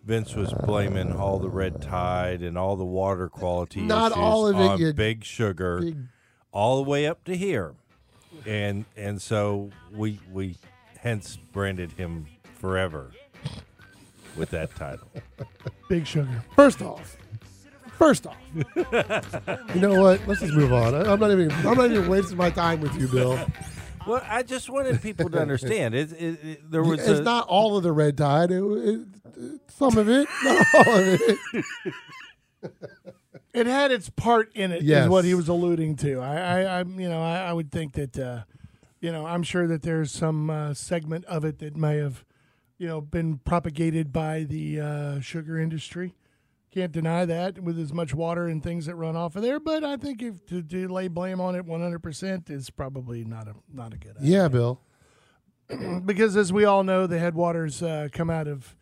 S2: Vince was blaming all the red tide and all the water quality
S3: Not
S2: issues
S3: all of it,
S2: on
S3: you
S2: Big Sugar,
S3: big-
S2: all the way up to here, and and so we we hence branded him forever with that title.
S1: Big Sugar.
S3: First off, first off, you know what? Let's just move on. I- I'm not even. I'm not even wasting my time with you, Bill.
S2: Well, I just wanted people to understand it. it, it there was
S3: It's
S2: a,
S3: not all of the red tide. It, it, it- some of it, not all of it.
S1: It had its part in it, is
S3: Yes.
S1: what he was alluding to. I, I, I you know, I, I would think that, uh, you know, I'm sure that there's some uh, segment of it that may have, you know, been propagated by the uh, sugar industry. Can't deny that with as much water and things that run off of there. But I think if to, to lay blame on it 100 percent is probably not a not a good idea.
S3: Yeah, Bill.
S1: Um, because as we all know, the headwaters uh, come out of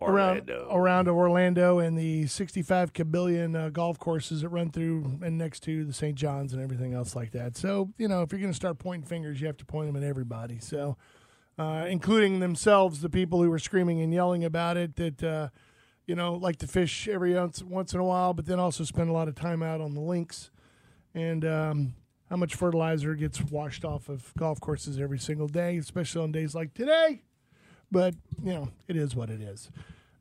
S1: around around Orlando and the 65 kabillion uh, golf courses that run through and next to the St. John's and everything else like that. So you know, if you're going to start pointing fingers, you have to point them at everybody. So, uh, including themselves, the people who were screaming and yelling about it that. Uh, you know, like to fish every once, once in a while, but then also spend a lot of time out on the links and um, how much fertilizer gets washed off of golf courses every single day, especially on days like today. But you know, it is what it is.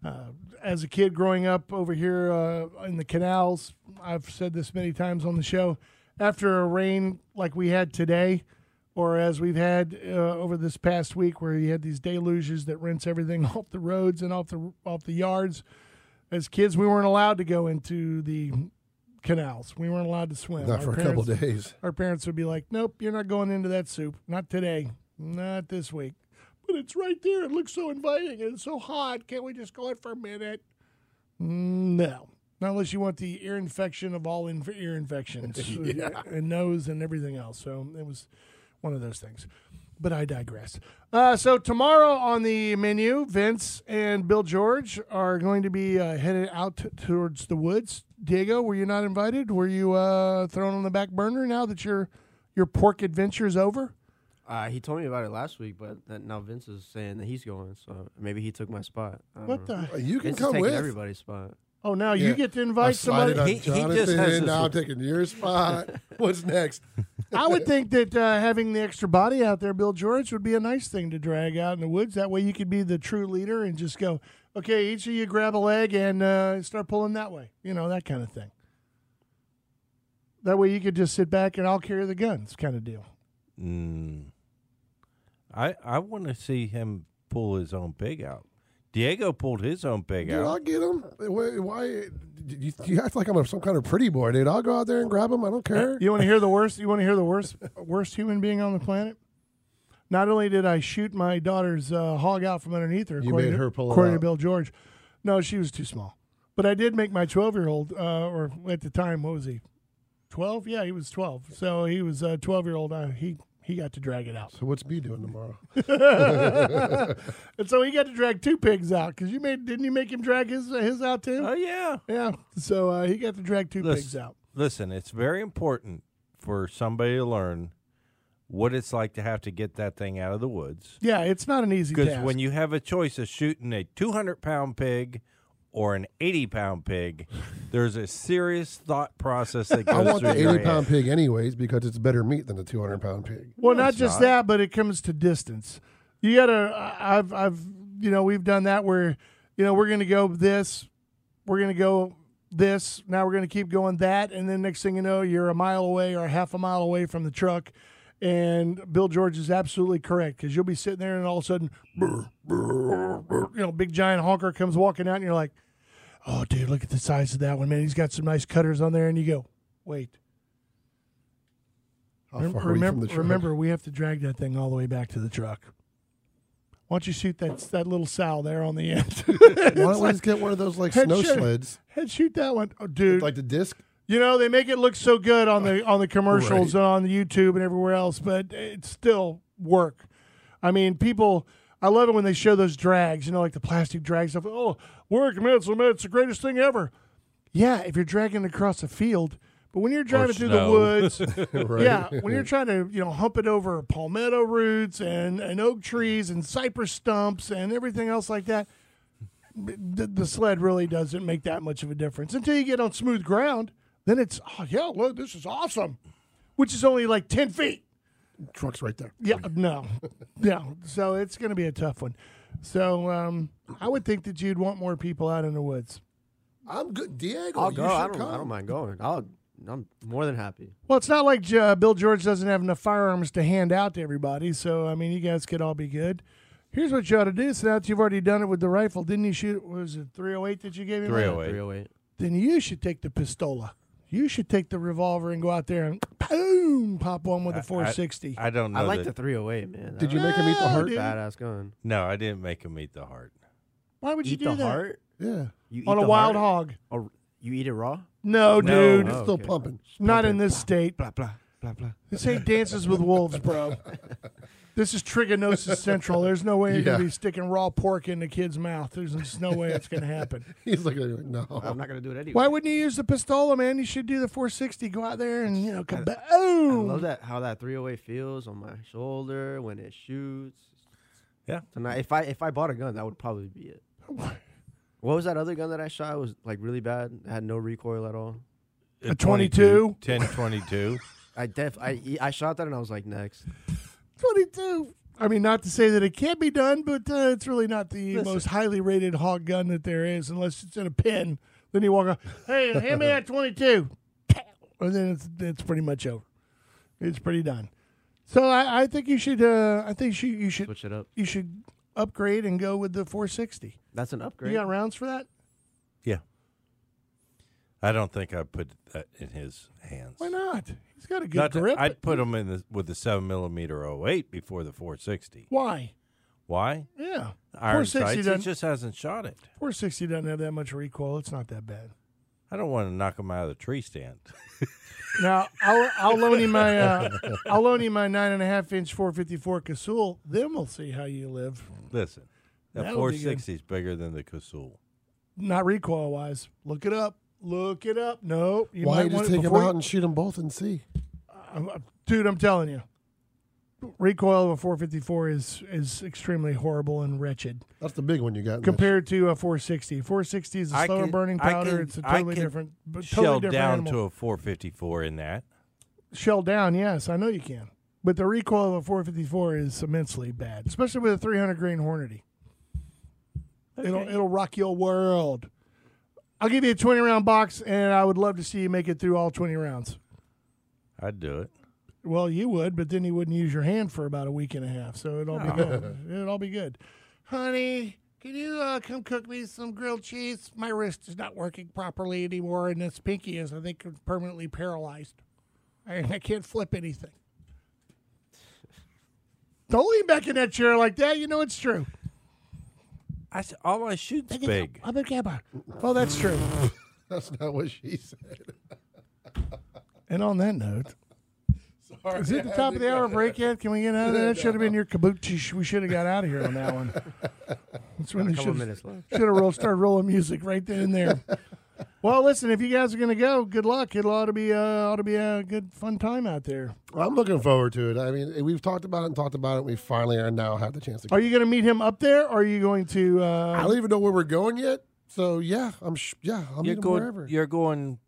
S1: Uh, as a kid growing up over here uh, in the canals, I've said this many times on the show. After a rain like we had today, or as we've had uh, over this past week, where you had these deluges that rinse everything off the roads and off the off the yards, as kids we weren't allowed to go into the canals. We weren't allowed to swim.
S3: Not
S1: Our
S3: for a couple
S1: parents-
S3: days.
S1: our parents would be like, "Nope, you're not going into that soup. Not today. Not this week." But it's right there. It looks so inviting. and It's so hot. Can't we just go in for a minute? Mm, No, not unless you want the ear infection of all inf- ear infections and nose and everything else. So it was one of those things. But I digress. Uh, so tomorrow on the menu, Vince and Bill George are going to be uh, headed out t- towards the woods. Diego, were you not invited? Were you uh, thrown on the back burner now that your your pork adventure is over?
S6: Uh, he told me about it last week, but that now Vince is saying that he's going, so maybe he took my spot. I don't
S1: What
S6: know.
S1: the?
S3: You can
S6: Vince is
S3: come
S6: taking
S3: with.
S6: everybody's spot.
S1: Oh, now
S3: Yeah.
S1: you get to
S3: I
S1: invite somebody.
S3: slided on
S2: He- he just has this
S3: Jonathan. Now I'm
S2: one.
S3: taking your spot. What's next?
S1: I would think that uh, having the extra body out there, Bill George, would be a nice thing to drag out in the woods. That way, you could be the true leader and just go, okay, each of you grab a leg and uh, start pulling that way. You know, that kind of thing. That way, you could just sit back and I'll carry the guns, kind of deal.
S2: Mm. I I want to see him pull his own pig out. Diego pulled his own pig
S3: Dude, I'll
S2: out.
S3: get him. Why? why you, you act like I'm some kind of pretty boy, dude. I'll go out there and grab him. I don't care.
S1: You want to hear the worst? You want to hear the worst worst human being on the planet? Not only did I shoot my daughter's uh, hog out from underneath her,
S3: You
S1: according,
S3: made
S1: to,
S3: her pull it
S1: according to
S3: out.
S1: Bill George, no, she was too small. But I did make my twelve year old, uh, or at the time, what was he? Twelve? Yeah, he was twelve. So he was a twelve year old. Uh, he he got to drag it out.
S3: So what's B doing tomorrow?
S1: And so he got to drag two pigs out because you made didn't you make him drag his uh, his out too?
S2: Oh yeah.
S1: yeah. So uh, he got to drag two
S2: Listen.
S1: pigs out.
S2: Listen, it's very important for somebody to learn what it's like to have to get that thing out of the woods.
S1: Yeah, it's not an easy
S2: Because
S1: task.
S2: when you have a choice of shooting a 200 pound pig or an 80 pound pig, there's a serious thought process that goes
S3: I want
S2: through
S3: the
S2: your
S3: 80 pound
S2: head.
S3: pig anyways because it's better meat than the 200 pound pig.
S1: Well, not just that, but it comes to distance. You gotta. I- I've, I've, you know, we've done that where, you know, we're gonna go this, we're gonna go this. Now we're gonna keep going that, and then next thing you know, you're a mile away or a half a mile away from the truck. And Bill George is absolutely correct because you'll be sitting there, and all of a sudden, brr, brr, brr, you know, big giant honker comes walking out, and you're like, "Oh, dude, look at the size of that one, man! He's got some nice cutters on there." And you go, "Wait."
S3: How
S1: Remember,
S3: far are we from the
S1: remember,
S3: truck?
S1: remember, we have to drag that thing all the way back to the truck. Why don't you shoot that that little sow there on the end?
S3: Why don't we just get one of those like
S1: Head
S3: snow
S1: shake.
S3: sleds?
S1: Head shoot that one, oh, dude.
S3: Like the disc?
S1: you know they make it look so good on the on the commercials and on YouTube and everywhere else, but it's still work. I mean, people. I love it when they show those drags. You know, like the plastic drags. Stuff. Oh, work, man! It's, man, it's the greatest thing ever. Yeah, if you're dragging it across a field, But when you're driving through the
S2: snow.
S1: woods,
S3: Right?
S1: yeah, when you're trying to you know hump it over palmetto roots and, and oak trees and cypress stumps and everything else like that, b- the, the sled really doesn't make that much of a difference until you get on smooth ground. Then it's oh yeah, look, this is awesome, which is only like ten feet.
S3: trucks right there.
S1: Yeah, no, no. So it's going to be a tough one. So um, I would think that you'd want more people out in the woods.
S3: I'm good, Diego.
S6: I'll
S3: you
S6: go.
S3: should
S6: Oh, I don't.
S3: come.
S6: I don't mind going. I'll. I'm more than happy.
S1: Well, it's not like uh, Bill George doesn't have enough firearms to hand out to everybody. So, I mean, you guys could all be good. Here's what you ought to do. So now that you've already done it with the rifle, didn't you shoot? what Was it 308 that you gave him?
S2: 308.
S6: 308.
S1: Then you should take the pistola. You should take the revolver and go out there and boom, pop one with a 460.
S2: I, don't know.
S6: I like the
S2: that-
S6: 308, man.
S3: Did you make him eat the
S1: No,
S3: heart?
S1: dude.
S6: Badass gun.
S2: no, I didn't make him eat the heart.
S1: Why would you
S6: Eat
S1: do
S6: the
S1: that
S6: heart.
S3: Yeah.
S6: You eat
S1: on a
S6: the
S1: wild
S6: heart?
S1: hog?
S6: Or you eat it raw?
S1: No,
S2: No.
S1: dude,
S3: It's
S6: Oh,
S3: still
S6: okay.
S3: pumping.
S1: not in this state.
S6: Blah blah blah blah.
S1: This ain't dances with wolves, bro. This is trigonosis central. There's no way you're gonna
S3: Yeah.
S1: be sticking raw pork in the kid's mouth. There's just no way it's gonna happen.
S3: He's looking at me like, no.
S6: I'm not gonna do it anyway.
S1: Oh. Why wouldn't you use the pistola, man? You should do the 460. Go out there and you know, come back.
S6: I love
S1: Oh,
S6: that how that 308 feels on my shoulder when it shoots.
S2: Yeah.
S6: Tonight, if I if I bought a gun, that would probably be it. What was that other gun that I shot? It was like really bad. It had no recoil at all.
S1: A 22?
S2: 10 22.
S6: I def I I shot that and I was like next.
S1: 22. I mean, not to say that it can't be done, but uh, it's really not the
S6: Listen.
S1: most highly rated hog gun that there is, unless it's in a pin. Then you walk up, hey, hand me that 22. And then it's, it's pretty much over. It's pretty done. So I, I think you should, uh, I think you, you should,
S6: Switch it up.
S1: you should upgrade and go with the 460.
S6: That's an upgrade.
S1: You got rounds for that?
S2: yeah. I don't think I put that in his hands.
S1: Why not? He's got a good
S2: Not that-
S1: grip.
S2: I'd put him in the, with the 7 millimeter 08 before the 460.
S1: Why?
S2: Why?
S1: Yeah.
S2: Iron
S1: 460
S2: sights. He
S1: doesn't,
S2: just hasn't shot it.
S1: 460 doesn't have that much recoil. It's not that bad.
S2: I don't want to knock him out of the tree stand.
S1: Now I'll I'll loan you my uh, I'll loan you my nine and a half inch four fifty four Casull. Then we'll see how you live.
S2: Listen, that
S1: That would be good.
S2: 460 is bigger than the Casull.
S1: Not recoil wise. Look it up. Look it up. Nope. You might
S3: Why don't you
S1: want
S3: just
S1: it
S3: take him
S1: before
S3: out and shoot them both and see?
S1: I'm- I'm- dude, I'm telling you. Recoil of a 454 is is extremely horrible and wretched
S3: That's the big one you got. in
S1: compared to a 460. 460 is a
S2: I
S1: slower
S2: can-
S1: burning
S2: I
S1: powder.
S2: can-
S1: it's a
S2: I
S1: totally
S2: can
S1: different, but
S2: Shell
S1: totally different
S2: down
S1: animal.
S2: to a 454 in that.
S1: shell down, yes, I know you can. But the recoil of a 454 is immensely bad, especially with a 300 grain Hornady. It'll it'll rock your world. I'll give you a 20 round box, and I would love to see you make it through all 20 rounds.
S2: I'd do it.
S1: Well, you would, but then you wouldn't use your hand for about a week and a half, so it'll
S2: Oh.
S1: be good. it'll all be good. Honey, can you uh, come cook me some grilled cheese? My wrist is not working properly anymore, and this pinky is, I think, permanently paralyzed. I, I can't flip anything. Don't lean back in that chair like that. You know it's true.
S2: I, s- all I shoot's big.
S1: I'm a gabba. Well, that's true.
S3: That's not what she said.
S1: And on that note,
S3: Sorry,
S1: is it the top of the hour break yet? Can we get out of that? That should have been your kabuchi. We should have got out of here on that one. That's when
S6: A
S1: they
S6: couple
S1: should
S6: minutes left.
S1: Should have rolled, started rolling music right then and there. Well, listen, if you guys are going to go, good luck. It'll ought to be uh, ought to be a good fun time out there.
S3: I'm looking forward to it. I mean, we've talked about it and talked about it. We finally are now have the chance to.
S1: Are you going to meet him up there? Or are you going to?
S3: I
S1: Uh,
S3: don't even know where we're going yet. So yeah, I'm sh- yeah, I'll
S2: You're
S3: meet him
S2: going,
S3: wherever.
S2: you're going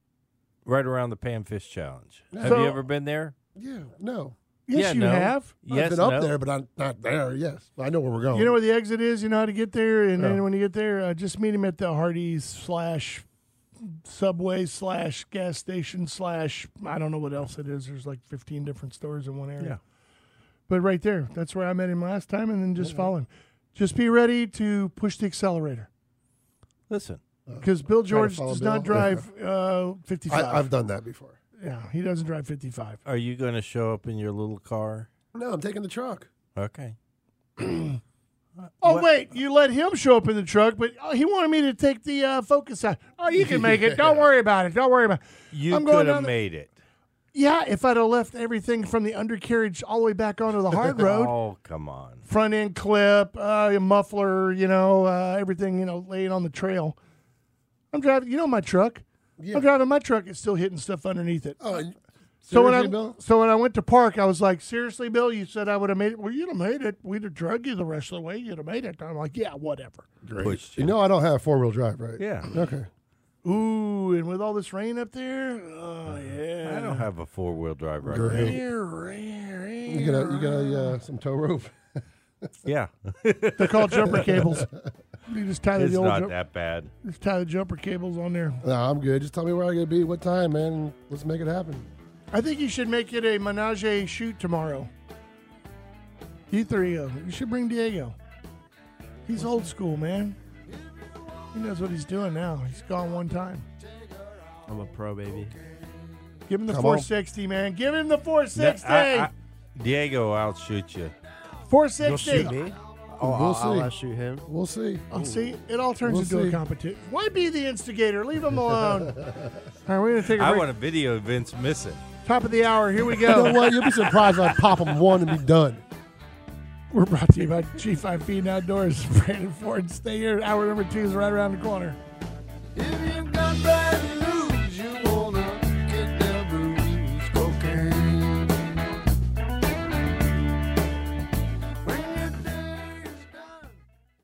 S2: right around the Panfish Challenge. Have
S1: So-
S2: you ever been there?
S3: Yeah, no,
S1: yes,
S2: yeah,
S1: you
S2: no.
S1: have.
S2: Yes,
S3: I've been up
S2: no.
S3: there, but I'm not there. Yes, I know where we're going.
S1: You know where the exit is. You know how to get there. And then
S3: Oh. Yeah.
S1: when you get there, uh, just meet him at the Hardee's slash subway slash gas station slash I don't know what else it is. There's like 15 different stores in one area.
S2: Yeah.
S1: But right there, that's where I met him last time, and then just
S3: Oh,
S1: follow him. Just be ready to push the accelerator
S2: Listen,
S1: because Bill George
S3: Uh, follow
S1: does
S3: Bill.
S1: not drive uh, 55.
S3: I, I've done that before.
S1: yeah, he doesn't drive 55.
S2: are you going to show up in your little car?
S3: No, I'm taking the truck.
S2: Okay.
S1: Oh wait, you let him show up in the truck, but oh, he wanted me to take the uh, Focus out. Oh, you can make it. Don't worry about it. Don't worry about it.
S2: You
S1: I'm going
S2: could
S1: down
S2: have
S1: the-
S2: made it.
S1: Yeah, if I'd have left everything from the undercarriage all the way back onto the hard road,
S2: Oh, come on.
S1: front end clip, uh, your muffler, you know, uh, everything, you know, laying on the trail. I'm driving, you know, my truck. I'm driving my truck, it's still hitting stuff underneath it.
S3: Oh, and-
S1: so when I
S3: seriously, Bill?
S1: so when I went to park, I was like, "Seriously, Bill? You said I would have made it. Well, you'd have made it. We'd have drug you the rest of the way. You'd have made it." I'm like, "Yeah, whatever."
S3: you know I don't have four wheel drive, right?
S2: Yeah.
S3: Okay.
S1: Ooh, and with all this rain up there, oh yeah,
S2: I don't have a four wheel drive right now.
S3: Great.
S1: Here, rare, rare.
S3: You got a, you got a, uh, some tow rope.
S2: Yeah,
S1: They're called jumper cables. You just tie the
S2: it's
S1: old
S2: not
S1: jump,
S2: that bad.
S1: just tie the jumper cables on there.
S3: No, I'm good. Just tell me where I gotta be, what time, man. and Let's make it happen.
S1: I think you should make it a menage a shoot tomorrow. You three of them. You should bring Diego. He's old school, man. He knows what he's doing now. He's gone one time.
S6: I'm a pro, baby.
S1: Give him the
S3: Come on.
S1: 460, man. Give him the 460.
S2: I- I- Diego, I'll shoot you.
S6: You'll shoot
S1: 460.
S6: me? Oh,
S3: We'll
S6: I'll, I'll
S3: see.
S6: outshoot him.
S3: We'll see.
S1: Oh, see, it all turns
S3: We'll
S1: into a
S3: see.
S1: competition. Why be the instigator? Leave him alone. all right, we're gonna take a
S2: I
S1: break.
S2: want a video of Vince missing.
S1: Top of the hour. Here we
S3: You know
S1: go.
S3: what? You'll be surprised. I pop them one and be done.
S1: We're brought to you by G5 Feeding Outdoors. Brandon Ford. Stay here. Hour number two is right around the corner.
S4: If you